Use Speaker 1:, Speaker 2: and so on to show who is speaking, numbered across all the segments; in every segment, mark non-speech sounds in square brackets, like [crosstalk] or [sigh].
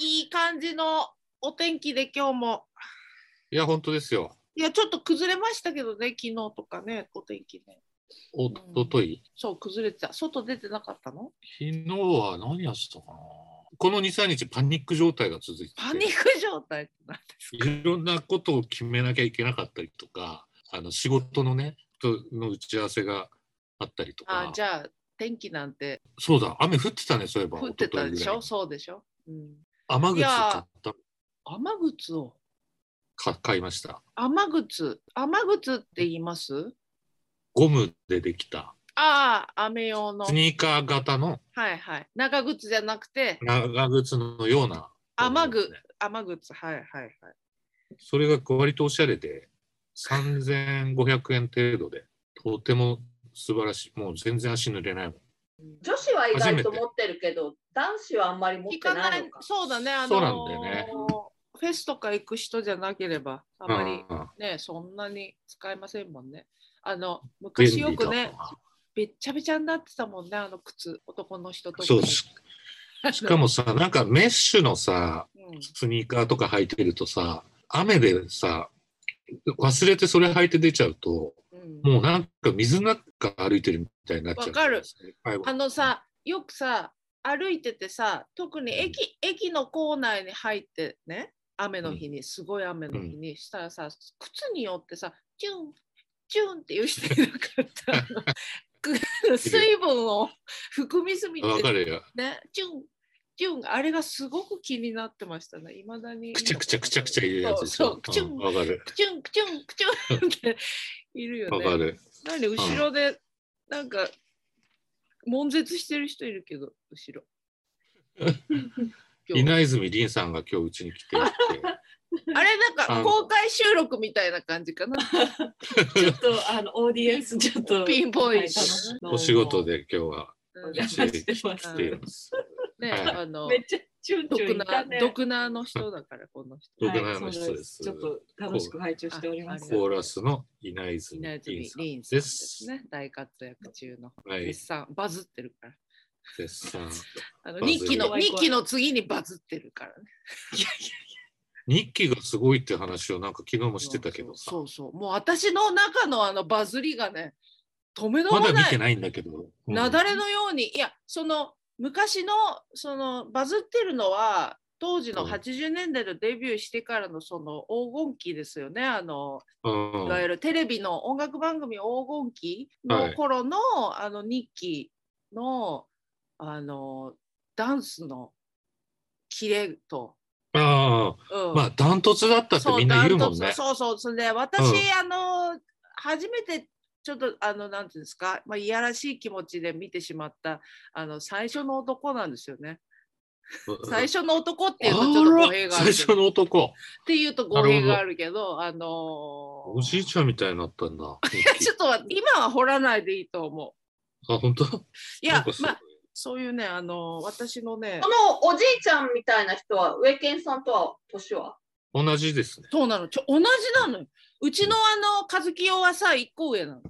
Speaker 1: いい感じのお天気で今日も。
Speaker 2: いや、本当ですよ。
Speaker 1: いや、ちょっと崩れましたけどね、昨日とかね、お天気ね。
Speaker 2: おととい、
Speaker 1: そう、崩れてた。外出てなかったの
Speaker 2: 昨日は何やってたかな。この2、3日パニック状態が続いてて
Speaker 1: パニック状態ってなんですか
Speaker 2: いろんなことを決めなきゃいけなかったりとか、あの仕事のね、との打ち合わせがあったりと
Speaker 1: あ
Speaker 2: か、
Speaker 1: じゃあ、天気なんて
Speaker 2: そうだ、雨降ってたね、そういえば。
Speaker 1: 降ってたでしょ
Speaker 2: 一
Speaker 1: そうでしょ、うん、
Speaker 2: 昨日
Speaker 1: い
Speaker 2: ぐらい雨靴買
Speaker 1: や
Speaker 2: った
Speaker 1: 雨靴を。
Speaker 2: か買いました。
Speaker 1: 雨靴。雨靴って言います
Speaker 2: ゴムでできた、
Speaker 1: ああ、雨用の。
Speaker 2: ス
Speaker 1: は
Speaker 2: ニーカー型の
Speaker 1: いはい。長靴じゃなくて、
Speaker 2: 長靴のような。
Speaker 1: 雨具。雨靴。はいはいはい。
Speaker 2: それが割とおしゃれで、3500円程度で、とても素晴らしい。もう全然足濡れないもん。
Speaker 3: 女子は意外と持ってるけど、男子はあんまり持
Speaker 1: 行
Speaker 3: って
Speaker 1: かな
Speaker 3: ない
Speaker 1: い
Speaker 3: のか。
Speaker 1: そうだね、あのー
Speaker 2: そうなんだよね
Speaker 1: フェスとか行く人じゃなければ、あまり
Speaker 2: うんうん
Speaker 1: ね、そんなに使えませんもんね。あの、昔よく
Speaker 2: 便利
Speaker 1: ね
Speaker 2: だ、わ
Speaker 1: べっちゃべちゃになってたもんね、あの靴、男の人とか。
Speaker 2: そうし。しかもさ、なんかメッシュのさ、
Speaker 1: うん
Speaker 2: スニーカーとか履いてるとさ、雨でさ、忘れてそれ履いて出ちゃうと、
Speaker 1: うん
Speaker 2: もうなんか水の中歩いてるみたいになっちゃう。
Speaker 1: わかる
Speaker 2: はい。
Speaker 1: あのさ、よくさ、歩いててさ、特に駅駅の構内に入ってね、雨の日に、すごい雨の日にしたらさ、靴によってさ、チュン、チュンって言う人いなかった。あ
Speaker 2: [laughs]
Speaker 1: のく水分を含みすぎ
Speaker 2: わか
Speaker 1: て、
Speaker 2: るよ。
Speaker 1: ね、チュン、チュン、あれがすごく気になってましたね、いまだに。
Speaker 2: くちゃくちゃくちゃくちゃ言うやつでし
Speaker 1: そ
Speaker 2: ょ。
Speaker 1: う、そう、チュ
Speaker 2: うん
Speaker 1: ン、
Speaker 2: わかる。
Speaker 1: クチュン、クチュン、クチュンっているよね。
Speaker 2: わかる。
Speaker 1: 何後ろでなんか悶絶してる人いるけど後
Speaker 2: [laughs]
Speaker 1: ろ今日
Speaker 2: 稲泉凛さんが今日うちに来
Speaker 1: [laughs]
Speaker 2: ていて。
Speaker 1: あれなん
Speaker 2: あ
Speaker 1: か
Speaker 2: の
Speaker 1: 公開収録みたいな感じか
Speaker 2: [laughs]
Speaker 1: な
Speaker 4: ちょっとあのオーディエンスちょっと
Speaker 1: ピンポイント
Speaker 2: お仕事
Speaker 4: で
Speaker 2: で今日は
Speaker 1: うん
Speaker 4: やら
Speaker 1: ね
Speaker 4: してます
Speaker 2: 来ています。はい
Speaker 1: あの
Speaker 4: めっちゃチュンチュ
Speaker 1: 毒
Speaker 4: ンい
Speaker 1: な
Speaker 4: たね
Speaker 1: 毒なの人だからこの人
Speaker 2: 毒
Speaker 4: は
Speaker 2: ないの
Speaker 4: そ
Speaker 2: 人
Speaker 4: う
Speaker 2: です。
Speaker 4: ちょっと楽しく拝聴しております
Speaker 1: ああ
Speaker 2: コーラスの稲泉
Speaker 1: 稲
Speaker 2: 凛
Speaker 1: 泉
Speaker 2: さん
Speaker 1: 凛さん
Speaker 2: で
Speaker 1: です
Speaker 2: す。
Speaker 1: ね大活躍中の
Speaker 2: はい
Speaker 1: 絶、賛バズってるから
Speaker 2: 絶賛。
Speaker 1: あの
Speaker 2: バズ
Speaker 1: 日
Speaker 2: る
Speaker 1: 記の
Speaker 4: 怖い
Speaker 1: 日
Speaker 4: 怖い
Speaker 1: 記の次にバズってるからね
Speaker 2: 日記がすごいって話をなんか昨日もしてたけどさ、
Speaker 1: そうそうそうもう私の中のあのバズりがね止めど
Speaker 2: ま
Speaker 1: も
Speaker 2: だ見
Speaker 1: ない
Speaker 2: てないんだけど、うん
Speaker 1: 雪崩のように、いやその昔のそのバズってるのは当時の
Speaker 2: うん
Speaker 1: 80年代のデビューしてからのその黄金期ですよねあの
Speaker 2: うん
Speaker 1: いわゆるテレビの音楽番組黄金期の頃の、あの日記のあのダンスのキレと、
Speaker 2: あ
Speaker 1: う
Speaker 2: あ、
Speaker 1: ん
Speaker 2: まあダントツだったってみんな言うもん
Speaker 1: ダン
Speaker 2: ね
Speaker 1: トツ。そうそう。それで私、
Speaker 2: う
Speaker 1: あの初めてちょっとあのなんていうんですか、まあいやらしい気持ちで見てしまったあの最初の男なんですよね。最初の男っていうとちょっと語弊
Speaker 2: あら
Speaker 1: があ
Speaker 2: 最
Speaker 1: るけ
Speaker 2: 初
Speaker 1: ど。
Speaker 2: の男、
Speaker 1: っていうと語弊があるけど、あの
Speaker 2: おじいちゃんみたいになったんだ。日
Speaker 1: [laughs]
Speaker 2: 記
Speaker 1: ちょっとは今は掘らないでいいと思
Speaker 2: あ、本当
Speaker 1: う。い
Speaker 2: なん
Speaker 1: や
Speaker 2: か、すご
Speaker 1: まあそういうね、あの私のね
Speaker 3: こ、のおじいちゃんみたいな人は、植健さんとは年は
Speaker 2: 同じですね。
Speaker 1: そうなの、ちょ同じなのよ。うちのあの和樹夫はさ、一個上なの。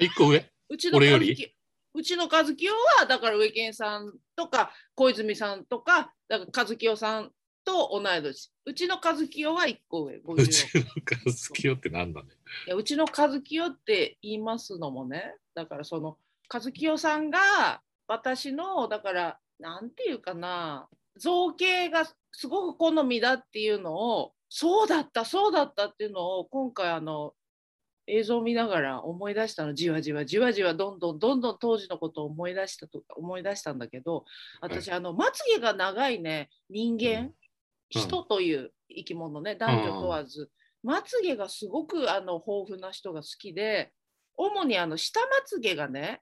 Speaker 2: 一個上
Speaker 1: うちの
Speaker 2: 俺よ
Speaker 1: 和
Speaker 2: り
Speaker 1: 樹うちの和樹夫はだから植健さんとか小泉さんとかだから和樹夫さんと同い年うちの和樹夫は1個上
Speaker 2: う
Speaker 1: 56
Speaker 2: ちのカズキよってなんだね。
Speaker 1: いやうちの和樹夫って言いますのもねだからその和樹夫さんが私のだからなんていうかな造形がすごく好みだっていうのをそうだったそうだったっていうのを今回あの映像を見ながら思い出したのじわじわじわじわどんどんどんどん当時のことを思い出したと思い出したんだけど私、あのまつげが長いね人間、
Speaker 2: うん
Speaker 1: 人という生き物ね男女問わず、まつげがすごくあの豊富な人が好きで主にあの下まつげがね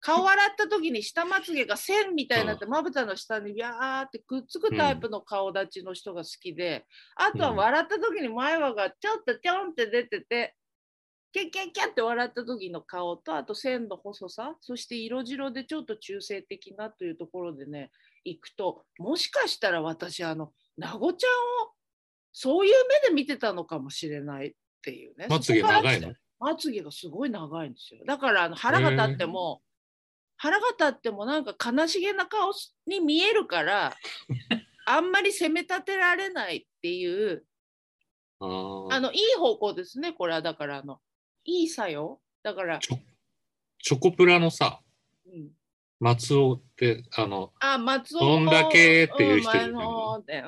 Speaker 1: 顔洗った時に下まつげが線みたいになってまぶたの下にビャーってくっつくタイプの顔立ちの人が好きで、あとは
Speaker 2: うん
Speaker 1: 笑った時に前歯がちょっとちょんって出ててキャッキャッキャッって笑った時の顔とあと線の細さそして色白でちょっと中性的なというところでね行くともしかしたら私あのなごちゃんをそういう目で見てたのかもしれないっていうね。
Speaker 2: まつげ
Speaker 1: そこから
Speaker 2: 長い
Speaker 1: 来た
Speaker 2: の
Speaker 1: まつげがすごい長いんですよ。だからあの腹が立っても、
Speaker 2: [laughs]
Speaker 1: 腹が立ってもなんか悲しげな顔に見えるから、あんまり責め立てられないっていう
Speaker 2: あー
Speaker 1: あのいい方向ですねこれはだからあのいい作用だから、
Speaker 2: ちょチョコプラのさ、
Speaker 1: うん、
Speaker 2: 松尾って、あの、
Speaker 1: あ松尾
Speaker 2: どんだけっていう人い
Speaker 1: 前
Speaker 2: るよね
Speaker 1: の方で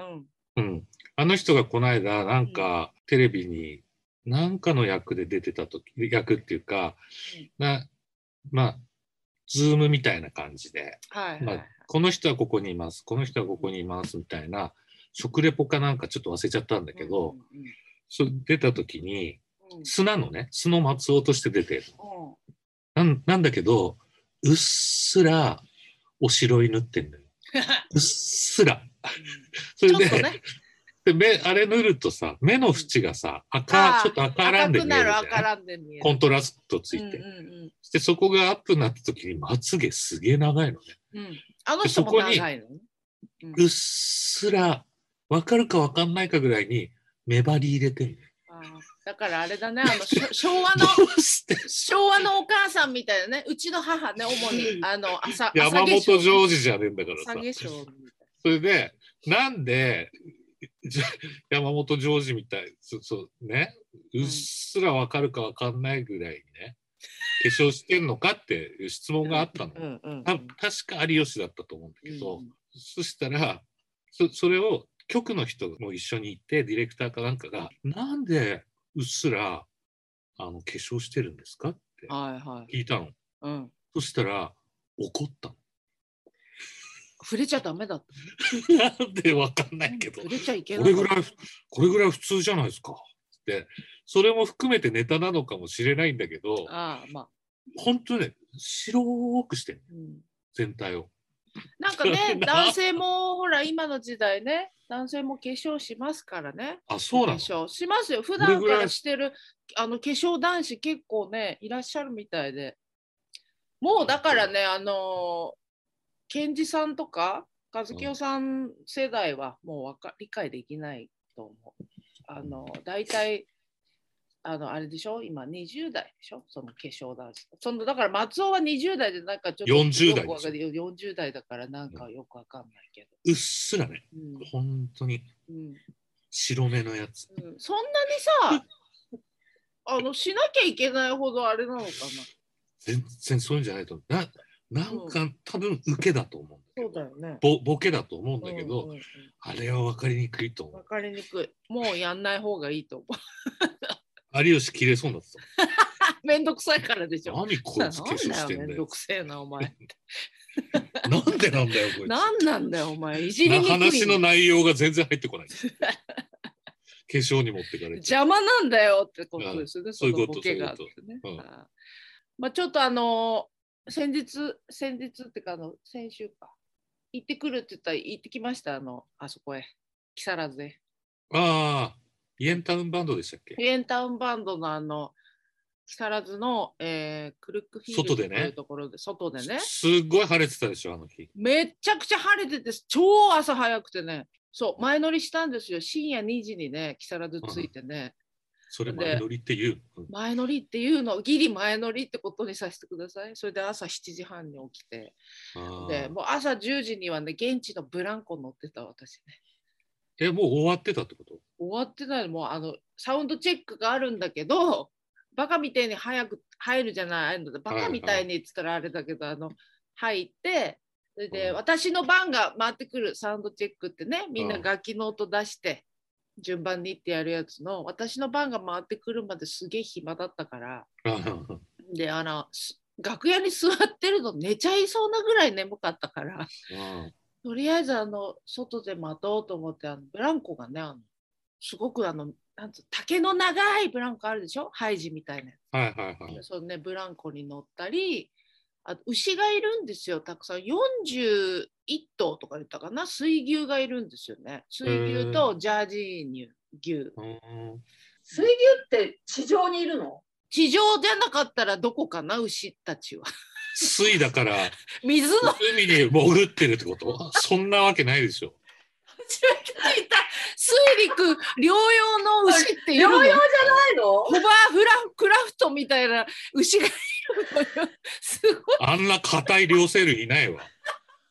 Speaker 1: うん
Speaker 2: うん。あの人がこの間、なんか、テレビに、なんかの役で出てたとき、役っていうか
Speaker 1: うん、
Speaker 2: な、まあ、ズームみたいな感じで、
Speaker 1: はい
Speaker 2: ま
Speaker 1: は
Speaker 2: あ
Speaker 1: い、
Speaker 2: この人はここにいます、この人はここにいます、みたいな、食レポかなんかちょっと忘れちゃったんだけど、
Speaker 1: うんうん
Speaker 2: それ出たときに、
Speaker 1: うん
Speaker 2: 素なのね、素の松尾として出てる。
Speaker 1: うん
Speaker 2: なんなんだけど、うっすら、おしろい塗ってんだよ。うっすら。 [laughs] そ
Speaker 1: ち
Speaker 2: れ
Speaker 1: ょっ
Speaker 2: で、
Speaker 1: とね
Speaker 2: で目あれ塗るとさ目の縁がさ
Speaker 1: あ
Speaker 2: 赤
Speaker 1: ー
Speaker 2: ちょっと赤ら
Speaker 1: 赤
Speaker 2: んで
Speaker 1: く
Speaker 2: 見え
Speaker 1: な
Speaker 2: るじ
Speaker 1: る
Speaker 2: ゃ
Speaker 1: 赤
Speaker 2: ない
Speaker 1: らんで見える
Speaker 2: コントラストついて、
Speaker 1: うんうん
Speaker 2: でそこがアップになった時にまつげすげえ長いのね
Speaker 1: うんうんあの人も長いのねうん
Speaker 2: うっすらわかるかわかんないかぐらいに目張り入れ
Speaker 1: [laughs]
Speaker 2: てる
Speaker 1: あーだからあれだねあのしょ [laughs] 昭和
Speaker 2: ど
Speaker 1: の
Speaker 2: うして
Speaker 1: 昭和のお母さんみたいなねうちの母ね主にあの朝
Speaker 2: 山本ジョージじゃねえんだからさ
Speaker 1: 朝化粧みたい
Speaker 2: それでなんでじゃ山本ジョージみたいそうそうねうっすらわかるかわかんないぐらいにね化粧してんのかっていう質問があったの。
Speaker 1: なうんうんうん
Speaker 2: た確か有吉だったと思うんだけど、
Speaker 1: うん
Speaker 2: そしたらそそれを局の人も一緒に行ってディレクターかなんかが「なんでうっすらあの化粧してるんですか?」って
Speaker 1: はいはい
Speaker 2: 聞いたの
Speaker 1: うん
Speaker 2: そしたら怒ったの [laughs]
Speaker 1: 触れちゃダメだって
Speaker 2: なんでわかんないけど
Speaker 1: 触れちゃいけ
Speaker 2: こ
Speaker 1: ない
Speaker 2: れぐらいこれぐらい普通じゃないですかってそれも含めてネタなのかもしれないんだけど
Speaker 1: ああまあ、
Speaker 2: 本当ね白くしてる
Speaker 1: うん、
Speaker 2: 全体を
Speaker 1: なんか
Speaker 2: [laughs]
Speaker 1: ね
Speaker 2: な
Speaker 1: 男性もほら今の時代ね男性も化粧しますからね
Speaker 2: あそうな
Speaker 1: 化
Speaker 2: の
Speaker 1: 粧しますよ普
Speaker 2: れぐらい
Speaker 1: 段からしてるあの化粧男子結構ねいらっしゃるみたいでもうだからねあのーケンジさんとか和清さん世代はもうわか理解できないと思うあの大体あのあれでしょ今20代でしょその化粧男子そのだから松尾は20代でなんかちょっと
Speaker 2: 40代
Speaker 1: よくわかる40代だからなんかよくわかんないけ
Speaker 2: うっすらね
Speaker 1: ど、うん
Speaker 2: 本当に
Speaker 1: うん、
Speaker 2: 白目のやつ
Speaker 1: うんそんな [laughs] にさ、あのしなきゃいけないほどあれなのかな。
Speaker 2: 全然そういうんじゃないと思うななんか多分受けだと思うんだけど
Speaker 1: そうだよね。
Speaker 2: ボボケだと思うんだけど、
Speaker 1: うんうんうん
Speaker 2: あれは分かりにくいと思
Speaker 1: わかりにくい。もうやんない方がいいと思
Speaker 2: う有吉切れそうになって
Speaker 1: う。 [laughs] めんどくさいからでしたょ。
Speaker 2: もん何こいつ化粧
Speaker 1: な
Speaker 2: し
Speaker 1: んだ
Speaker 2: て
Speaker 1: よ、
Speaker 2: ん
Speaker 1: め
Speaker 2: だ
Speaker 1: んど
Speaker 2: よ
Speaker 1: くせえな、お前。
Speaker 2: なんでなんだよこいつ
Speaker 1: なんなんだよ、お前。いじり
Speaker 2: な
Speaker 1: にくい。
Speaker 2: 話の内容が全然入って
Speaker 1: [laughs]
Speaker 2: こない化粧に持ってかれて
Speaker 1: 邪魔なんだよってことですよね、
Speaker 2: そういうこと
Speaker 1: のボケがあってね。
Speaker 2: そういうこ
Speaker 1: あーまあ、ちょっとあのー先日、先日ってか、あの、先週か。行ってくるって言ったら行ってきました、あの、あそこへ。木更津へ。
Speaker 2: ああイエンタウンバンドでしたっけ
Speaker 1: ピエンタウンバンドのあの木更津の、えークルックフィールド
Speaker 2: 外でね
Speaker 1: というところで外でね
Speaker 2: すっごい晴れてたでしょあの日
Speaker 1: めっちゃくちゃ晴れてて超朝早くてねそう前乗りしたんですよ深夜2時にね木更津着いてね、
Speaker 2: それ前乗りっていう、うん
Speaker 1: 前乗りっていうのギリ前乗りってことにさせてくださいそれで朝7時半に起きて
Speaker 2: あ
Speaker 1: で
Speaker 2: ー
Speaker 1: もう朝10時にはね現地のブランコ乗ってた私ね
Speaker 2: えもう終わってたってこと
Speaker 1: 終わってないのもうあのサウンドチェックがあるんだけどバカみたいに早く入るじゃないああいうのでバカみたいにっつったらあれだけど、あの入ってそれで、
Speaker 2: うん
Speaker 1: 私の番が回ってくるサウンドチェックってねみんな
Speaker 2: うん
Speaker 1: 楽器の音出して、順番にってやるやつの私の番が回ってくるまですげえ暇だったから
Speaker 2: あー
Speaker 1: であのす楽屋に座ってるの寝ちゃいそうなぐらい眠かったから。
Speaker 2: あ
Speaker 1: とりあえずあの外で待とうと思ってあのブランコがねあのすごくあのなんつう竹の長いブランコあるでしょハイジみたいなや
Speaker 2: ーはいはいはい
Speaker 1: つ、そのねブランコに乗ったりあと牛がいるんですよたくさん41頭とか言ったかな水牛がいるんですよね水牛とジャージー乳牛
Speaker 2: うん
Speaker 3: 水牛って地上にいるの
Speaker 1: 地上じゃなかったらどこかな牛たちは
Speaker 2: 水だから
Speaker 1: 水の
Speaker 2: 海に潜ってるってことそんなわけないでしょ。
Speaker 1: 水陸両用の牛ってい
Speaker 3: 療
Speaker 1: うの
Speaker 3: 養じゃないの
Speaker 1: ホバーフラクラフトみたいな牛がいるのよ。すごい。
Speaker 2: あんな硬い両生類いないわ。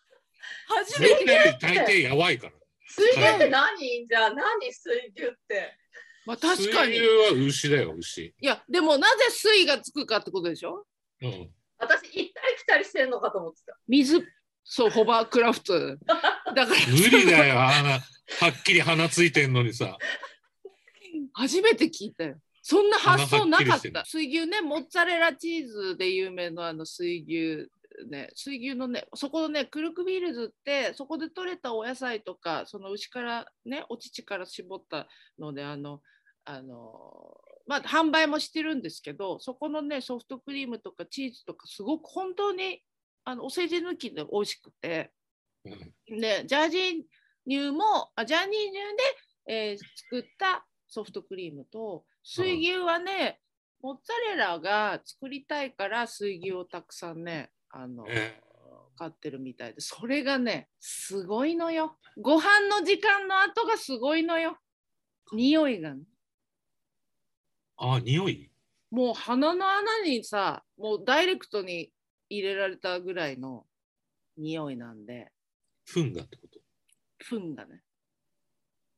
Speaker 1: [laughs] 初
Speaker 2: 両
Speaker 1: めて
Speaker 2: 生類大抵やばいから。
Speaker 3: 水牛って何じゃあ何水牛って。
Speaker 1: まあ確かに。
Speaker 2: 水
Speaker 1: い
Speaker 2: 牛は牛だよ、牛。
Speaker 1: や、でもなぜ水がつくかってことでしょ
Speaker 2: うん。
Speaker 3: 私行ったり来たりしてるのかと思ってた。
Speaker 1: 水、そう、ホバークラフト。だから、
Speaker 2: 無理だよ、鼻。はっきり鼻ついてんのにさ。
Speaker 1: 初めて聞いたよ。そんな発想な
Speaker 2: 鼻
Speaker 1: か
Speaker 2: は
Speaker 1: っ
Speaker 2: っきりしてる
Speaker 1: た。水牛ね、モッツァレラチーズで有名のあの水牛ね、水牛のね、そこのね、クルクビールズって、そこで採れたお野菜とか、その牛からね、お乳から絞ったので、あの、あの、まあ、販売もしてるんですけど、そこのね、ソフトクリームとかチーズとか、すごく本当に、あの、お世辞抜きで美味しくて。
Speaker 2: うん
Speaker 1: でジャージー乳もあジャーニー乳で、えー作ったソフトクリームと水牛はね、モッツァレラが作りたいから水牛をたくさんねあの、
Speaker 2: え
Speaker 1: 買ってるみたいでそれがねすごいのよご飯の時間の後がすごいのよ匂いがね
Speaker 2: あ、匂い
Speaker 1: もう鼻の穴にさもうダイレクトに入れられたぐらいの匂いなんで
Speaker 2: 糞がってこと
Speaker 1: フンがね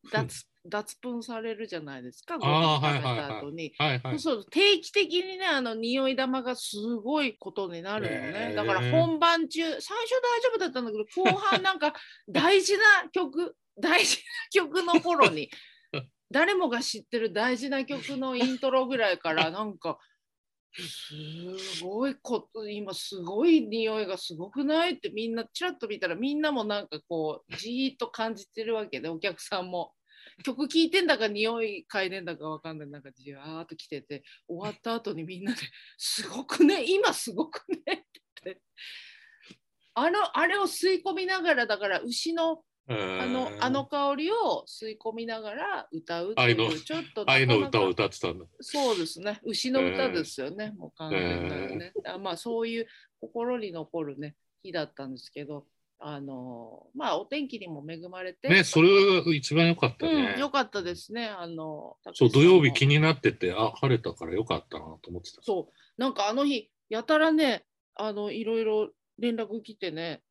Speaker 2: 糞
Speaker 1: 脱脱粉されるじゃないですか、ご
Speaker 2: あ
Speaker 1: 飯食
Speaker 2: ー
Speaker 1: べ
Speaker 2: はいはい
Speaker 1: た
Speaker 2: はい
Speaker 1: 後に。
Speaker 2: はいはい。
Speaker 1: そう定期的にね、あの匂い玉がすごいことになるのね。
Speaker 2: へー
Speaker 1: だから本番中、最初大丈夫だったんだけど、後半なんか大事な曲、 [laughs] 大事な曲の頃に、誰もが知ってる大事な曲のイントロぐらいから、なんか、すごいこと、今すごい匂いがすごくないってみんなちらっと見たらみんなもなんかこうじーっと感じてるわけでお客さんも曲聴いてんだか匂い嗅いでんだかわかんないなんかじわーっと来てて終わった後にみんなで「すごくね今すごくね」って言ってあのあれを吸い込みながらだから牛のあ
Speaker 2: あ
Speaker 1: のあの、香りを吸い込みながら歌うって
Speaker 2: 愛
Speaker 1: い
Speaker 2: の
Speaker 1: うちょっとなかなか
Speaker 2: 愛の歌を歌ってたんだ。
Speaker 1: そうですね。牛の歌ですよね。もう完全なるね。あまあそういう心に残るね日だったんですけど、あのーまあお天気にも恵まれて、
Speaker 2: ね、それが一番良かったね。
Speaker 1: うん良かったですね。あのー
Speaker 2: そう、土曜
Speaker 1: たけし
Speaker 2: 日
Speaker 1: さん
Speaker 2: 気
Speaker 1: の
Speaker 2: になってて、あ、晴れたから良かったなと思ってた。
Speaker 1: そうなんかあの日やたらねあのいろいろ連絡来てね。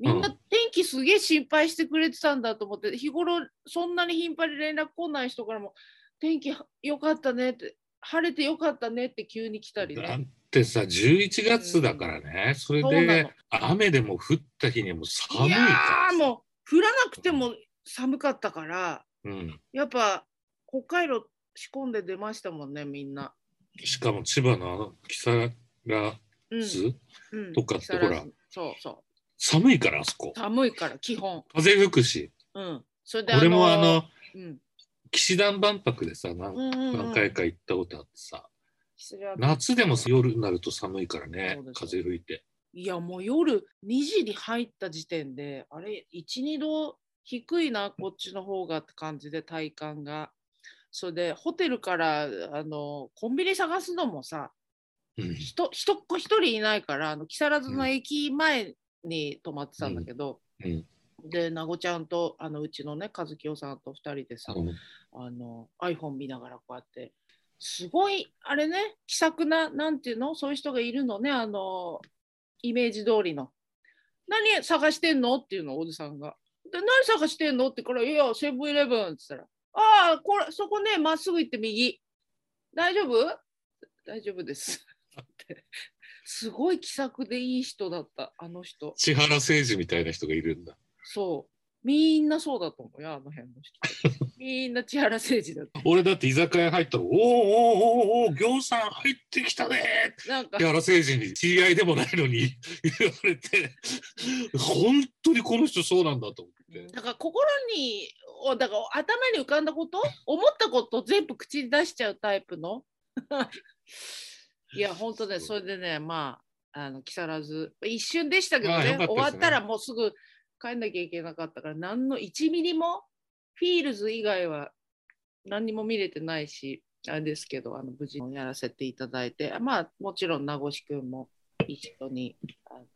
Speaker 1: みんな
Speaker 2: う
Speaker 1: 天気すげえ心配してくれてたんだと思って、日頃そんなに頻繁に連絡来ない人からも天気良かったねって晴れて良かったねって急に来たりね。
Speaker 2: だってさ、11月だからね、それ
Speaker 1: そうなの
Speaker 2: で雨でも降った日にはもう寒
Speaker 1: い
Speaker 2: い
Speaker 1: や
Speaker 2: か
Speaker 1: ー
Speaker 2: らさ。
Speaker 1: もう降らなくても寒かったから
Speaker 2: うん、
Speaker 1: やっぱ北海道仕込んで出ましたもんねみんな。
Speaker 2: しかも千葉のあの木更
Speaker 1: うん
Speaker 2: 津、
Speaker 1: うん
Speaker 2: とかっ
Speaker 1: 木
Speaker 2: て
Speaker 1: 更津
Speaker 2: ほら
Speaker 1: そうそ
Speaker 2: 寒いからあそこ
Speaker 1: う。寒いから基本。
Speaker 2: 風吹くし、
Speaker 1: うん。それで
Speaker 2: 俺もあの、
Speaker 1: うん
Speaker 2: 騎士団万博でさ何,、
Speaker 1: うんうんうん
Speaker 2: 何回か行ったことあってさ、
Speaker 1: 失礼
Speaker 2: 夏でも夜になると寒いからね
Speaker 1: そうです
Speaker 2: 風吹いて
Speaker 1: いやもう夜2時に入った時点であれ12度低いなこっちの方がって感じで体感が。それでホテルからあのコンビニ探すのもさ
Speaker 2: うん
Speaker 1: 人人っ子一人いないからあの木更津の駅前に泊まってたんだけど、
Speaker 2: うん
Speaker 1: でなごちゃんとあのうちのね和清さんと2人でさ、
Speaker 2: うん
Speaker 1: あの iPhone 見ながらこうやってすごいあれね気さくななんていうのそういう人がいるのねあのイメージ通りの。何探してんのっていうのおじさんが。で何探してんのってから「いやセブンイレブン」って言ったら「ああこれそこねまっすぐ行って右大丈夫大丈夫です」ってすごい気さくでいい人だったあの人。
Speaker 2: 千原誠二みたいな人がいるんだ
Speaker 1: そう。みんなそうだと思うよ、あの辺の人。みんな千原誠二だと。
Speaker 2: 俺だって居酒屋入ったら「おーおーおーおー行さん入ってきたね
Speaker 1: なん」か
Speaker 2: 千、原誠二に知り合いでもないのに言われて本当にこの人そうなんだと思って
Speaker 1: だから心に、おだから頭に浮かんだこと、思ったことを全部口に出しちゃうタイプ
Speaker 2: [laughs]
Speaker 1: の。いや、本当ね、そ
Speaker 2: そう
Speaker 1: れでね、まあ、あの木更津、一瞬でしたけど
Speaker 2: ああ
Speaker 1: ね
Speaker 2: よかったですね
Speaker 1: 終わったらもうすぐ帰んなきゃいけなかったから、何の1ミリも、フィールズ以外は何にも見れてないし、あれですけど、あの無事にやらせていただいて、まあ、もちろん名越くんも一緒にあの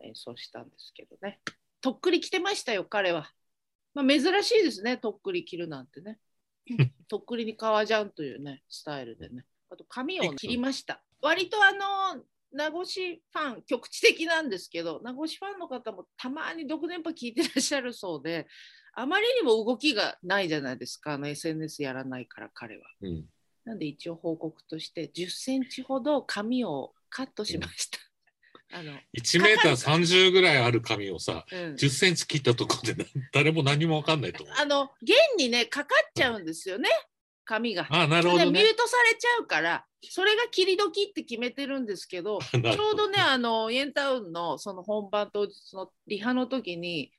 Speaker 1: 演奏したんですけどね。とっくり着てましたよ、彼は。まあ、珍しいですね、とっくり着るなんてね。とっくりに革ジャンというね、スタイルでね。あと髪を切りました。割とあの、名越ファン、局地的なんですけど、名越ファンの方もたまに独電波聞いてらっしゃるそうで、あまりにも動きがないじゃないですかあの SNS やらないから彼は。
Speaker 2: うん、
Speaker 1: なんで一応報告として10センチほど髪をカットしました。 [laughs] あの、
Speaker 2: 1メーター30ぐらいある髪をさ
Speaker 1: うん、
Speaker 2: 10センチ切ったところで誰も何も分かんないと思う。
Speaker 1: あの弦にねかかっちゃうんですよね髪が。
Speaker 2: ああなるほ
Speaker 1: で
Speaker 2: ど
Speaker 1: ミュ
Speaker 2: ね。
Speaker 1: ートされちゃうからそれが切り時って決めてるんですけど
Speaker 2: ちょう
Speaker 1: ちょうどねあのイエンタウンのその本番当日のリハの時に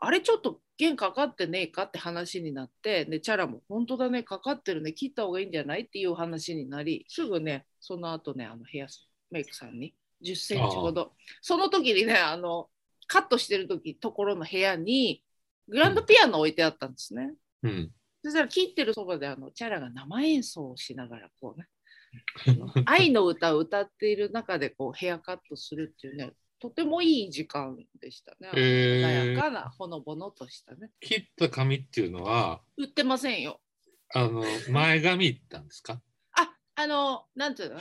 Speaker 1: あれちょっと弦かかってねえかって話になってでチャラも「本当だねかかってるね切った方がいいんじゃない?」っていう話になりすぐねその後ねあのヘアメイクさんに1 0センチほどその時にねあのカットしてる時ところの部屋にグランドピアノ置いてあったんですね。
Speaker 2: うん、
Speaker 1: そしたら切ってるそばであのチャラが生演奏をしながらこうねあの愛の歌を歌っている中でこうヘアカットするっていうねとてもいい時間でしたね。穏
Speaker 2: え
Speaker 1: や
Speaker 2: ー、
Speaker 1: かなほのぼのとしたね。
Speaker 2: 切った髪っていうのは
Speaker 1: 売ってませんよ。
Speaker 2: あの前髪行ったんですか
Speaker 1: ああのなんていうの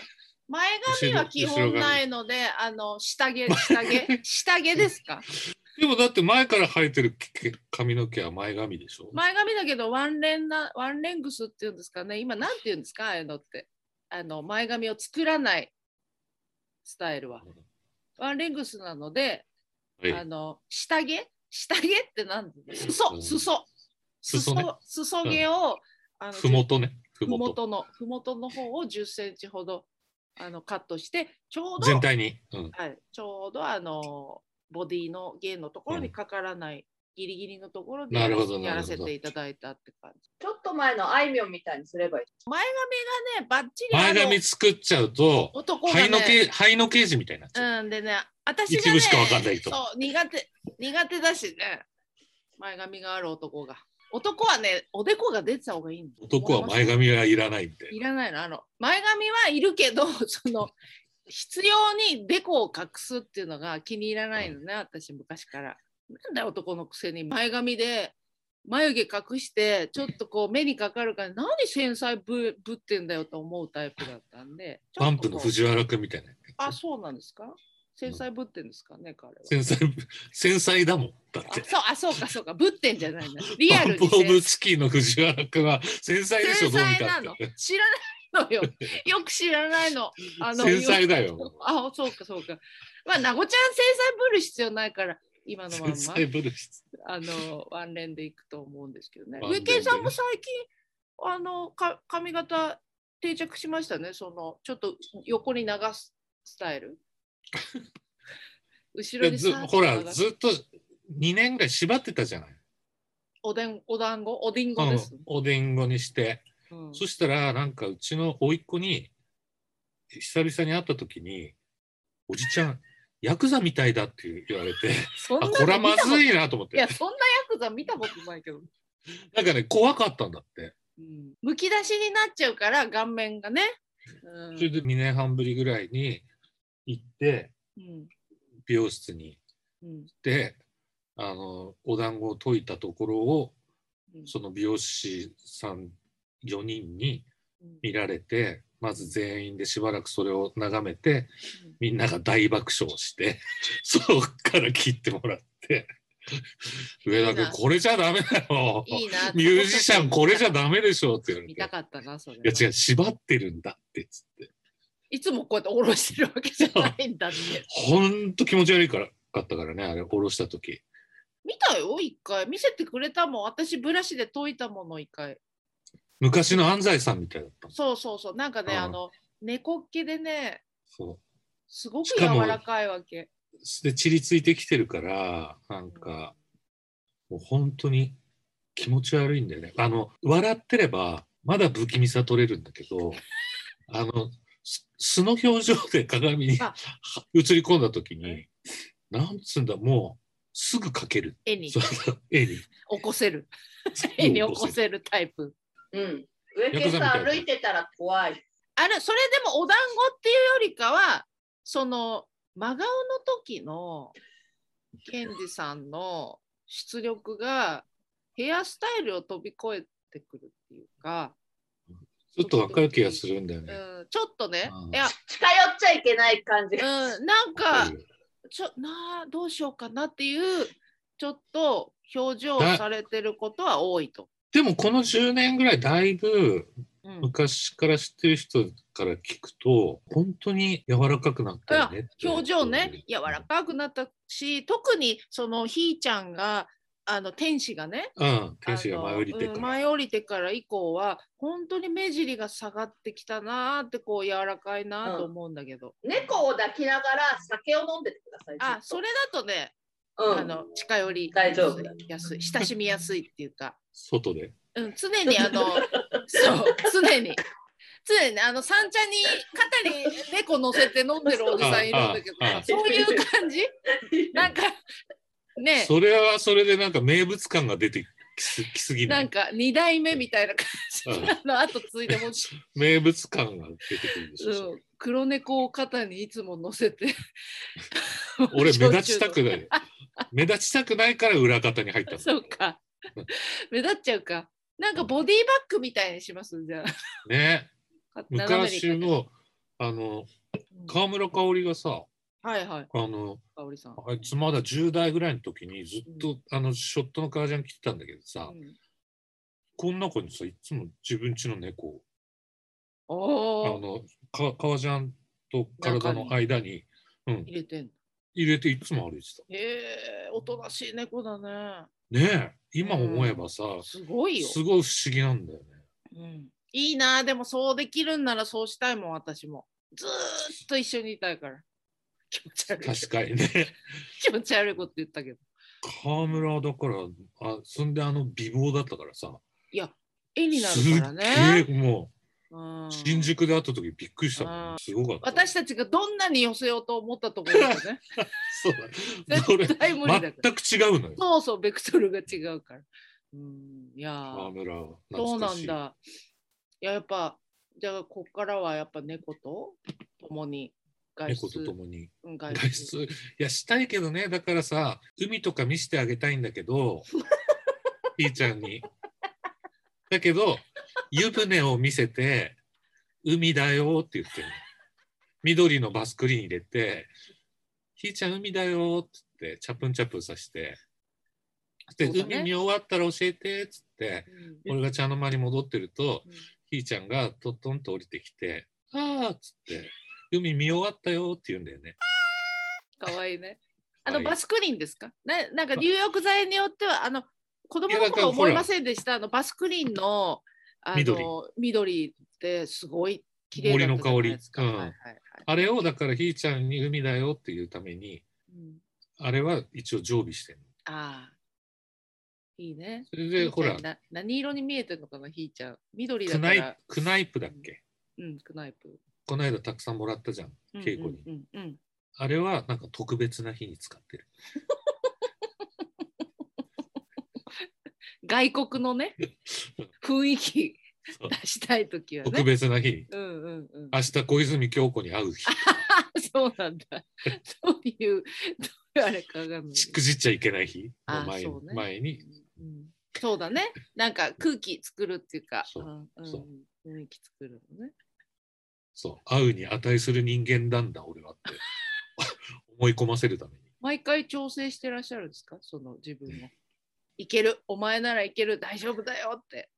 Speaker 1: 前髪は基
Speaker 2: 後ろ後ろ
Speaker 1: 本
Speaker 2: 髪
Speaker 1: ないのであの下毛下毛下毛ですか
Speaker 2: でもだって前から生えてる毛髪の毛は前髪でしょ、
Speaker 1: 前髪だけどワンレンなワンレングスっていうんですかね今なんていうんですかああいうのってあの前髪を作らないスタイルは。ワンレングスなので、
Speaker 2: は
Speaker 1: あ
Speaker 2: い、
Speaker 1: の下毛下毛って何裾
Speaker 2: うん
Speaker 1: 裾
Speaker 2: 裾ね
Speaker 1: 裾毛を、あの
Speaker 2: ふもとねふ
Speaker 1: ふも
Speaker 2: もと
Speaker 1: とのふもとの方を10センチほどあのカットしてちょうど
Speaker 2: 全体に、うん、
Speaker 1: はい、ちょうどあのボディの弦のところにかからない、ギリギリのところで
Speaker 2: な
Speaker 1: や
Speaker 2: る
Speaker 1: ら
Speaker 2: ほど
Speaker 1: や
Speaker 2: なる
Speaker 1: ら
Speaker 2: ほど
Speaker 1: せていただいたって感じ
Speaker 3: ちょっと前のあいみょんみたいにすればいい。
Speaker 1: 前髪がねバッチリあ
Speaker 2: 前
Speaker 1: の
Speaker 2: 髪作っちゃうと
Speaker 1: 男が
Speaker 2: 肺の
Speaker 1: ね
Speaker 2: 毛肺のケージみたいになっちゃう、
Speaker 1: うんでね、私が、ね、
Speaker 2: 一部しかわかんないと
Speaker 1: そう、苦手、苦手だしね。前髪がある男が。男はね、おでこが出てた方がいいんだ
Speaker 2: 男は前髪はいらないみたい
Speaker 1: いらないの、あの、前髪はいるけど、 [laughs] その、必要にでこを隠すっていうのが気に入らないのね、私昔から。なんだよ男のくせに前髪で眉毛隠してちょっとこう目にかかるから何繊細ぶぶってんだよと思うタイプだったんでちょ
Speaker 2: な
Speaker 1: っとこう
Speaker 2: バンプの藤原君みたいな
Speaker 1: あ、そうなんですか。繊細ぶってんですかね、彼は。
Speaker 2: 繊細繊細だもんだっ
Speaker 1: あ
Speaker 2: て、
Speaker 1: そう、あ、そうか、そうか、ぶってんじゃないんだ。リア
Speaker 2: バ
Speaker 1: ル
Speaker 2: ン
Speaker 1: に
Speaker 2: プオブ
Speaker 1: 繊
Speaker 2: チキンの藤原君は繊細でしょ
Speaker 1: 繊
Speaker 2: どう見
Speaker 1: 細な
Speaker 2: たっ
Speaker 1: の
Speaker 2: て。
Speaker 1: 知らないのよ。よく知らないの。あ
Speaker 2: [laughs]
Speaker 1: の。
Speaker 2: 繊細
Speaker 1: よ
Speaker 2: だよ
Speaker 1: くあ、そうか、そうか。まあ、なごちゃん繊細ぶる必要ないから。今のまん
Speaker 2: 繊細ぶる
Speaker 1: ま、あの、ワンレンでいくと思うんですけどね。
Speaker 2: ワンレ
Speaker 1: ゆ
Speaker 2: ンでね
Speaker 1: けいさんも最近。あの、か、髪型。定着しましたね。その、ちょっと横に流す。スタイ
Speaker 2: [laughs]
Speaker 1: ル。後ろにさ
Speaker 2: ず
Speaker 1: ーっと
Speaker 2: ほら
Speaker 1: 流す
Speaker 2: ずっと2年ぐらい縛ってたじゃない、
Speaker 1: おでん、お団子、おでん
Speaker 2: う
Speaker 1: ご
Speaker 2: ん
Speaker 1: です。
Speaker 2: おでんごにして、
Speaker 1: うん
Speaker 2: そしたらなんかうちの甥っ子に久々に会った時に「おじちゃんヤクザみたいだ」って言われて
Speaker 1: そんな
Speaker 2: あ
Speaker 1: の
Speaker 2: これはまず
Speaker 1: 見たこ
Speaker 2: いなと思っ
Speaker 1: といや、
Speaker 2: て
Speaker 1: そんなヤクザ見たことないけど。
Speaker 2: なんかね怖かったんだって
Speaker 1: うん、むき出しになっちゃうから、顔面がね。う
Speaker 2: それで2年半ぶりぐらいに行って
Speaker 1: ん。
Speaker 2: 美容室に
Speaker 1: うん。
Speaker 2: 行ってあのお団子を解いたところを
Speaker 1: うん
Speaker 2: その美容師さん4人に
Speaker 1: うん
Speaker 2: 見られてまず全員でしばらくそれを眺めてみんなが大爆笑して [laughs] そこから切ってもらって上田君これじゃダメだよ
Speaker 1: いいな。
Speaker 2: ミュージシャンこれじゃダメでしょって言われ
Speaker 1: 見
Speaker 2: て
Speaker 1: たかったな、それは。
Speaker 2: いや違う縛ってるんだってっつって
Speaker 1: いつもこうやって下ろしてるわけじゃないんだって。
Speaker 2: ほんと気持ち悪いからかったからねあれ下ろした時
Speaker 1: 見たよ、一回。見せてくれたもん。私、ブラシで解いたもの、一回。
Speaker 2: 昔の安西さんみたいだったの
Speaker 1: そうそうそう。なんかね、
Speaker 2: うん
Speaker 1: あの、猫っ毛でね、
Speaker 2: そう
Speaker 1: すごく
Speaker 2: しかも
Speaker 1: 柔らかいわけ。
Speaker 2: で散りついてきてるからなんかもう本当に気持ち悪いんだよねあの笑ってればまだ不気味さ取れるんだ
Speaker 1: [laughs]
Speaker 2: けどあのす素の表情で鏡に
Speaker 1: あ
Speaker 2: 映り込んだ時になんつうんだもうすぐ描ける
Speaker 1: 絵に
Speaker 2: そ
Speaker 1: 起
Speaker 2: の絵に
Speaker 1: こせる。 [laughs] 絵に起こ
Speaker 2: る
Speaker 1: せるタイプ。
Speaker 3: うん。植
Speaker 2: ヤク
Speaker 3: 木
Speaker 2: ザみた
Speaker 3: さ
Speaker 2: い
Speaker 3: ん
Speaker 2: な
Speaker 3: 歩いてたら怖い。
Speaker 1: あれそれでもお団子っていうよりかはその真顔の時のケンジさんの出力がヘアスタイルを飛び越えてくるっていうか、
Speaker 2: ちょっとわかる気がするんだよ
Speaker 1: う
Speaker 2: ね、
Speaker 1: ん、ちょっとね
Speaker 2: うん
Speaker 1: いや、
Speaker 3: 近寄っちゃいけない感じが。
Speaker 1: うん、なん
Speaker 2: わか
Speaker 1: か
Speaker 2: る
Speaker 1: ちょなあどうしようかなっていうちょっと表情をされてることは多いと。
Speaker 2: でもこの10年ぐらいだいぶ
Speaker 1: うん、
Speaker 2: 昔から知ってる人から聞くと本当に柔らかくなったよねって
Speaker 1: 表情ね柔らかくなったし特にそのひーちゃんがあの天使がね
Speaker 2: うん天使が舞い降りて
Speaker 1: あのう
Speaker 2: か
Speaker 1: ん
Speaker 2: ら
Speaker 1: 舞い降りてから以降は本当に目尻が下がってきたなーってこう柔らかいなーと思うんだけど、
Speaker 3: 猫を抱きながら酒を飲んでてください。
Speaker 1: あ
Speaker 3: ずっ
Speaker 1: それだとね、
Speaker 3: とうん、
Speaker 1: あの近寄り
Speaker 3: 大丈夫
Speaker 1: やすい親しみやすいっていうか、
Speaker 2: 外で
Speaker 1: うん、常にあの
Speaker 2: [laughs]
Speaker 1: そう常に常にあの三茶に肩に猫乗せて飲んでるおじさんいるんだけど
Speaker 2: あああ
Speaker 1: そういう感
Speaker 2: [laughs]
Speaker 1: じなんかね
Speaker 2: それはそれでなんか名物感が出てきすきすぎな
Speaker 1: ないんか二代目みたいな感 [laughs] じなの後継いでほ
Speaker 2: [laughs]
Speaker 1: しい、
Speaker 2: 名物感が出てくるでしょ、
Speaker 1: うん、黒猫を肩にいつも乗せて [laughs]
Speaker 2: 俺目立ちたくない目立ちたくないから裏方に入ったの
Speaker 1: そうか目立っちゃうかなんかボディバッグみたいにしますじゃ
Speaker 2: ね
Speaker 1: あ斜めにかけ
Speaker 2: 昔のあの川村香織がさ
Speaker 1: はいはい
Speaker 2: あの
Speaker 1: 香織さん、
Speaker 2: あいつまだ10代ぐらいの時にずっと、あのショットの革ジャン着てたんだけどさ、
Speaker 1: うん
Speaker 2: この中にさいつも自分家の猫をあ
Speaker 1: おお
Speaker 2: のか革ジャンと体の間に
Speaker 1: 入れてんの
Speaker 2: 入れていつも歩いてた。
Speaker 1: へえおとなしい猫だね
Speaker 2: ねえ今思えばさ、
Speaker 1: すごいよ、
Speaker 2: すごい不思議なんだよね。
Speaker 1: うん、いいなでもそうできるんならそうしたいもん私もずーっと一緒にいたいから気持ち悪いけど
Speaker 2: 確かにね
Speaker 1: 気持ち悪いこと言ったけど
Speaker 2: 川村はだからあそんであの美貌だったからさ
Speaker 1: 絵にな
Speaker 2: す
Speaker 1: るから
Speaker 2: っ
Speaker 1: ね、
Speaker 2: げえも
Speaker 1: うん
Speaker 2: う新宿で会った時びっくりしたもん、
Speaker 1: うん
Speaker 2: すごかった。
Speaker 1: 私たちがどんなに寄せようと思ったと思うんだよ [laughs] ね
Speaker 2: そうだそれ
Speaker 1: 絶対無理だから
Speaker 2: 全く違うのよ
Speaker 1: そうそうベクトルが違うからうんいやー
Speaker 2: 川村は
Speaker 1: そう
Speaker 2: 懐
Speaker 1: な
Speaker 2: かし
Speaker 1: ん
Speaker 2: い。
Speaker 1: だ。いや、やっぱ、じゃあ、こっからはやっぱ猫と共に外出。
Speaker 2: 猫と共に
Speaker 1: うん外
Speaker 2: 外
Speaker 1: 出
Speaker 2: 出いやしたいけどねだからさ海とか見せてあげたいんだ
Speaker 1: [laughs]
Speaker 2: けどひーちゃんにだけど湯船を見せて海だよって言ってる緑のバスクリーン入れてひーちゃん海だよって言ってチャプンチャプンさしてで、
Speaker 1: そうだね
Speaker 2: 海見終わったら教えてっつって
Speaker 1: うん
Speaker 2: 俺が茶の間に戻ってると
Speaker 1: うん
Speaker 2: ひーちゃんがトントンと降りてきて「ああ」っつって「海見終わったよ」って言うんだよね。
Speaker 1: かわいいね。あの、
Speaker 2: はい
Speaker 1: バスクリーンですかななんか入浴剤によっては、あの、子供
Speaker 2: いや
Speaker 1: の
Speaker 2: だから
Speaker 1: 頃
Speaker 2: ほら
Speaker 1: 思いませんでした。あの、バスクリーンの、あの、
Speaker 2: 緑
Speaker 1: 緑ってすごい綺麗だったじゃないですか。
Speaker 2: 森の香
Speaker 1: はいはい
Speaker 2: り
Speaker 1: はい
Speaker 2: あれをだからひーちゃんに海だよっていうために
Speaker 1: うん
Speaker 2: あれは一応常備してる
Speaker 1: ああ。いいね。
Speaker 2: それ
Speaker 1: ひ
Speaker 2: で
Speaker 1: ーちゃん
Speaker 2: ほら
Speaker 1: な何色に見えてるのかな、ひーちゃん。緑
Speaker 2: ク
Speaker 1: だか
Speaker 2: ナイ
Speaker 1: ら。
Speaker 2: クナイプだっけ
Speaker 1: うん、クナイプ。
Speaker 2: この間たくさんもらったじゃん稽古に
Speaker 1: うんうんうんうん
Speaker 2: あれはなんか特別な日に使ってる
Speaker 1: 外国のね雰囲気
Speaker 2: そう
Speaker 1: 出したい時は
Speaker 2: 特
Speaker 1: ね。
Speaker 2: 別な日に
Speaker 1: うんうんうん、
Speaker 2: 明日小泉今日子に会う日
Speaker 1: [laughs] そうなんだ。そういう、どういうあれかわかんないけど。
Speaker 2: しくじっちゃいけない日の
Speaker 1: あ
Speaker 2: 前に
Speaker 1: そうね
Speaker 2: 前に
Speaker 1: うんそうだね。なんか空気作るっていうか、
Speaker 2: そうんそ
Speaker 1: うん、雰囲気作るのね。
Speaker 2: そう会うに値する人間なんだ俺はって
Speaker 1: [laughs]
Speaker 2: 思い込ませるために
Speaker 1: 毎回調整してらっしゃるんですかその自分も。いける、お前ならいける、大丈夫だよって。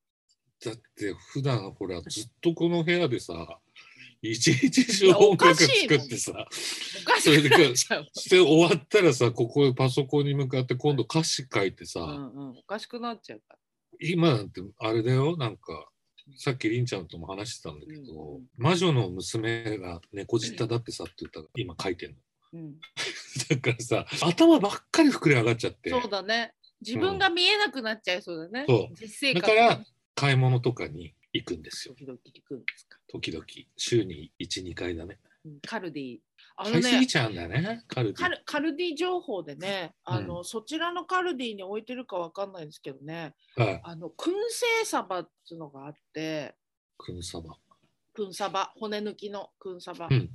Speaker 2: だって普段ほらずっとこの部屋でさ一日
Speaker 1: い
Speaker 2: 中
Speaker 1: やお
Speaker 2: 音
Speaker 1: か
Speaker 2: 楽
Speaker 1: しいも
Speaker 2: 作
Speaker 1: ん
Speaker 2: ってさ
Speaker 1: おかしくなっちゃう。
Speaker 2: して終わったらさここパソコンに向かって今度歌詞書いてさ、
Speaker 1: うんうん、おかしくなっちゃうから。
Speaker 2: 今なんてあれだよなんかさっきりんちゃんとも話してたんだけど
Speaker 1: うんうん
Speaker 2: 「魔女の娘が猫舌だってさ」って言ったら今書いてんの。 [laughs]
Speaker 1: うん、
Speaker 2: だからさ頭ばっかり膨れ上がっちゃって
Speaker 1: そうだね。自分が見えなくなっちゃいそうだね。
Speaker 2: そ
Speaker 1: 実生
Speaker 2: だ
Speaker 1: 活
Speaker 2: か
Speaker 1: が
Speaker 2: ら買い物とかに行くんですよ
Speaker 1: 時々行くんですか。
Speaker 2: 時々週に12回だね
Speaker 1: うんカルディ。あの
Speaker 2: 買いすぎ
Speaker 1: ね、
Speaker 2: ちゃうんだねカルデ
Speaker 1: カ
Speaker 2: ィ
Speaker 1: ルカルディ情報でね、
Speaker 2: うん
Speaker 1: あの、そちらのカルディに置いてるかわかんないんですけどね、
Speaker 2: はい
Speaker 1: あの燻製サバっていうのがあって、
Speaker 2: くんさば
Speaker 1: 燻サバ、骨抜きの燻サバ。
Speaker 2: うん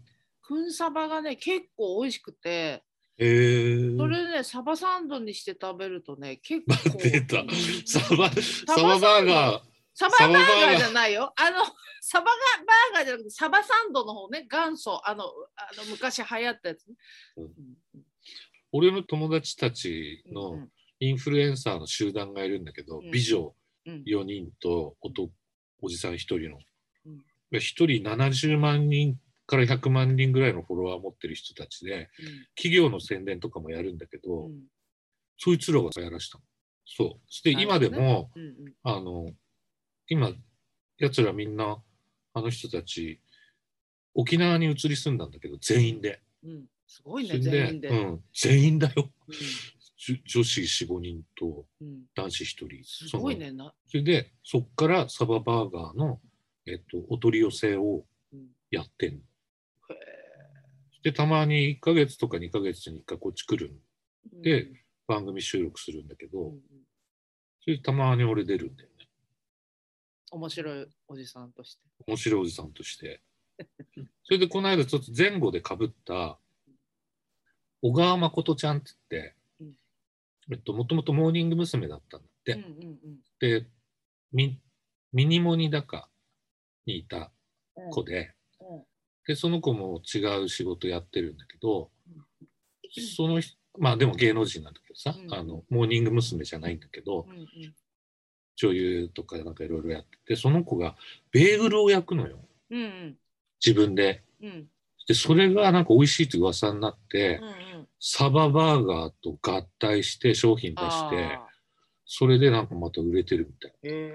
Speaker 1: 燻サバがね、結構美味しくて、
Speaker 2: えー、
Speaker 1: それね、サバサンドにして食べるとね、結
Speaker 2: [laughs]
Speaker 1: 構。
Speaker 2: 出たサバ
Speaker 1: バ
Speaker 2: サババーガー
Speaker 1: サババーガーじゃないよ。あの、サバがバーガーじゃなくて、サバサンドの方ね、元祖、あの、あの昔流行ったやつね。
Speaker 2: うん
Speaker 1: うん
Speaker 2: 俺の友達たち
Speaker 1: うん
Speaker 2: の
Speaker 1: うん
Speaker 2: インフルエンサーの集団がいるんだけど、
Speaker 1: うん
Speaker 2: 美女
Speaker 1: うん
Speaker 2: 4人とおとおじさん1人の
Speaker 1: うん。
Speaker 2: で1人70万人から100万人ぐらいのフォロワー持ってる人たちで、企業の宣伝とかもやるんだけ
Speaker 1: う
Speaker 2: ど、
Speaker 1: ん
Speaker 2: そいつらがやらしたの。そう。して
Speaker 1: なる
Speaker 2: 今
Speaker 1: ほどね
Speaker 2: でも、
Speaker 1: うんうん
Speaker 2: あの、今、やつらみんな、あの人たち、沖縄に移り住んだんだけど、全員で。
Speaker 1: うんすごい
Speaker 2: それ
Speaker 1: ね全員で。
Speaker 2: うん、全員だよ。
Speaker 1: うん
Speaker 2: じゅ女子4、5人と
Speaker 1: うん
Speaker 2: 男子1人。
Speaker 1: すごいねな。
Speaker 2: その。それで、そっからサババーガーの、えっと、お取り寄せを
Speaker 1: うん
Speaker 2: やってんの。
Speaker 1: へ
Speaker 2: で、たまに1ヶ月とか2ヶ月に1回こっち来る
Speaker 1: ー
Speaker 2: で番組収録するんだけ
Speaker 1: うんうんう、
Speaker 2: ど
Speaker 1: ん
Speaker 2: それでたまに俺出るんだよね。
Speaker 1: 面白いおじさんとして。
Speaker 2: 面白いおじさんとして。
Speaker 1: [laughs]
Speaker 2: それでこの間ちょっと前後でかぶった小川誠ちゃんって言って、
Speaker 1: うん
Speaker 2: えっと、もともとモーニング娘。だったんだって、
Speaker 1: うんうんうん
Speaker 2: でミミニモニだかにいた
Speaker 1: うん
Speaker 2: 子で,、
Speaker 1: うん
Speaker 2: でその子も違う仕事やってるんだけど、
Speaker 1: うん
Speaker 2: その人まあでも芸能人なんだけどさ、
Speaker 1: うん
Speaker 2: あのモーニング娘。じゃないんだけど、
Speaker 1: うんうん
Speaker 2: 女優とかなんかいろいろやっててその子がベーグルを焼くのよ
Speaker 1: うんうん
Speaker 2: 自分で。
Speaker 1: うん
Speaker 2: で、それがなんか美味しいって噂になっ
Speaker 1: う
Speaker 2: て、
Speaker 1: んうん
Speaker 2: サババーガーと合体して商品出して、
Speaker 1: あ
Speaker 2: それでなんかまた売れてるみたい
Speaker 1: ーへ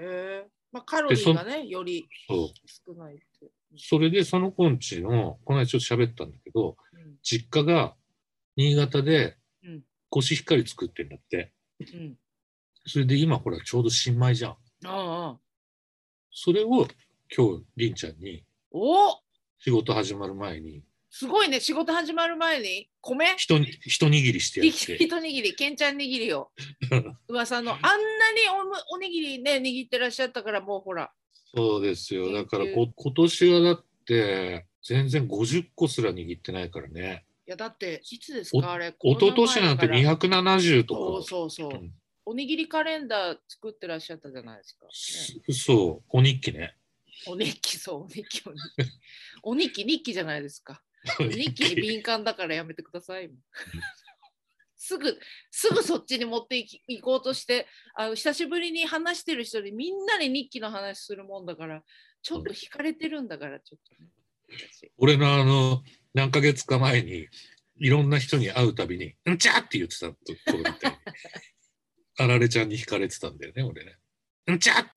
Speaker 1: え。まあカロリーがねより
Speaker 2: な。そ
Speaker 1: 少
Speaker 2: う。
Speaker 1: ないって。
Speaker 2: それでその子んちの、この間ちょっと喋ったんだけど、
Speaker 1: うん
Speaker 2: 実家が新潟で
Speaker 1: うん
Speaker 2: コシヒカリ作ってるんだって。
Speaker 1: うん。
Speaker 2: それで今ほらちょうど新米じゃん。
Speaker 1: ああああ。
Speaker 2: それを今日、りんちゃんに
Speaker 1: おお
Speaker 2: 仕事始まる前に、
Speaker 1: すごいね仕事始まる前に米
Speaker 2: ひとに、一握りしてや
Speaker 1: 一 [laughs]
Speaker 2: って。
Speaker 1: 一握りけんちゃん握り
Speaker 2: [laughs]
Speaker 1: を噂のあんなにおむおにぎりね握ってらっしゃったからもうほら
Speaker 2: そうですよ。だから
Speaker 1: 研
Speaker 2: こ今年はだって、全然50個すら握ってないからね。
Speaker 1: いやだっていつですかあれ
Speaker 2: 一昨年なんて
Speaker 1: コロナ前から
Speaker 2: 270とか。
Speaker 1: そうそうそう、
Speaker 2: うん
Speaker 1: おにぎりカレンダー作ってらっしゃったじゃないですか、ね
Speaker 2: すそう、お日記ね。
Speaker 1: おにきそうおにきおにきおにき日記じゃないですかおに
Speaker 2: [laughs]
Speaker 1: きに敏感だからやめてくださいすぐすぐそっちに持っていき行こうとしてあの久しぶりに話してる人にみんなに日記の話するもんだからちょっと惹かれてるんだからちょっとね私
Speaker 2: 俺のあの、何ヶ月か前に、いろんな人に会うたびに、んちゃって言ってたところみたいに。あられちゃんに惹かれてたんだよね、俺ね。んちゃっ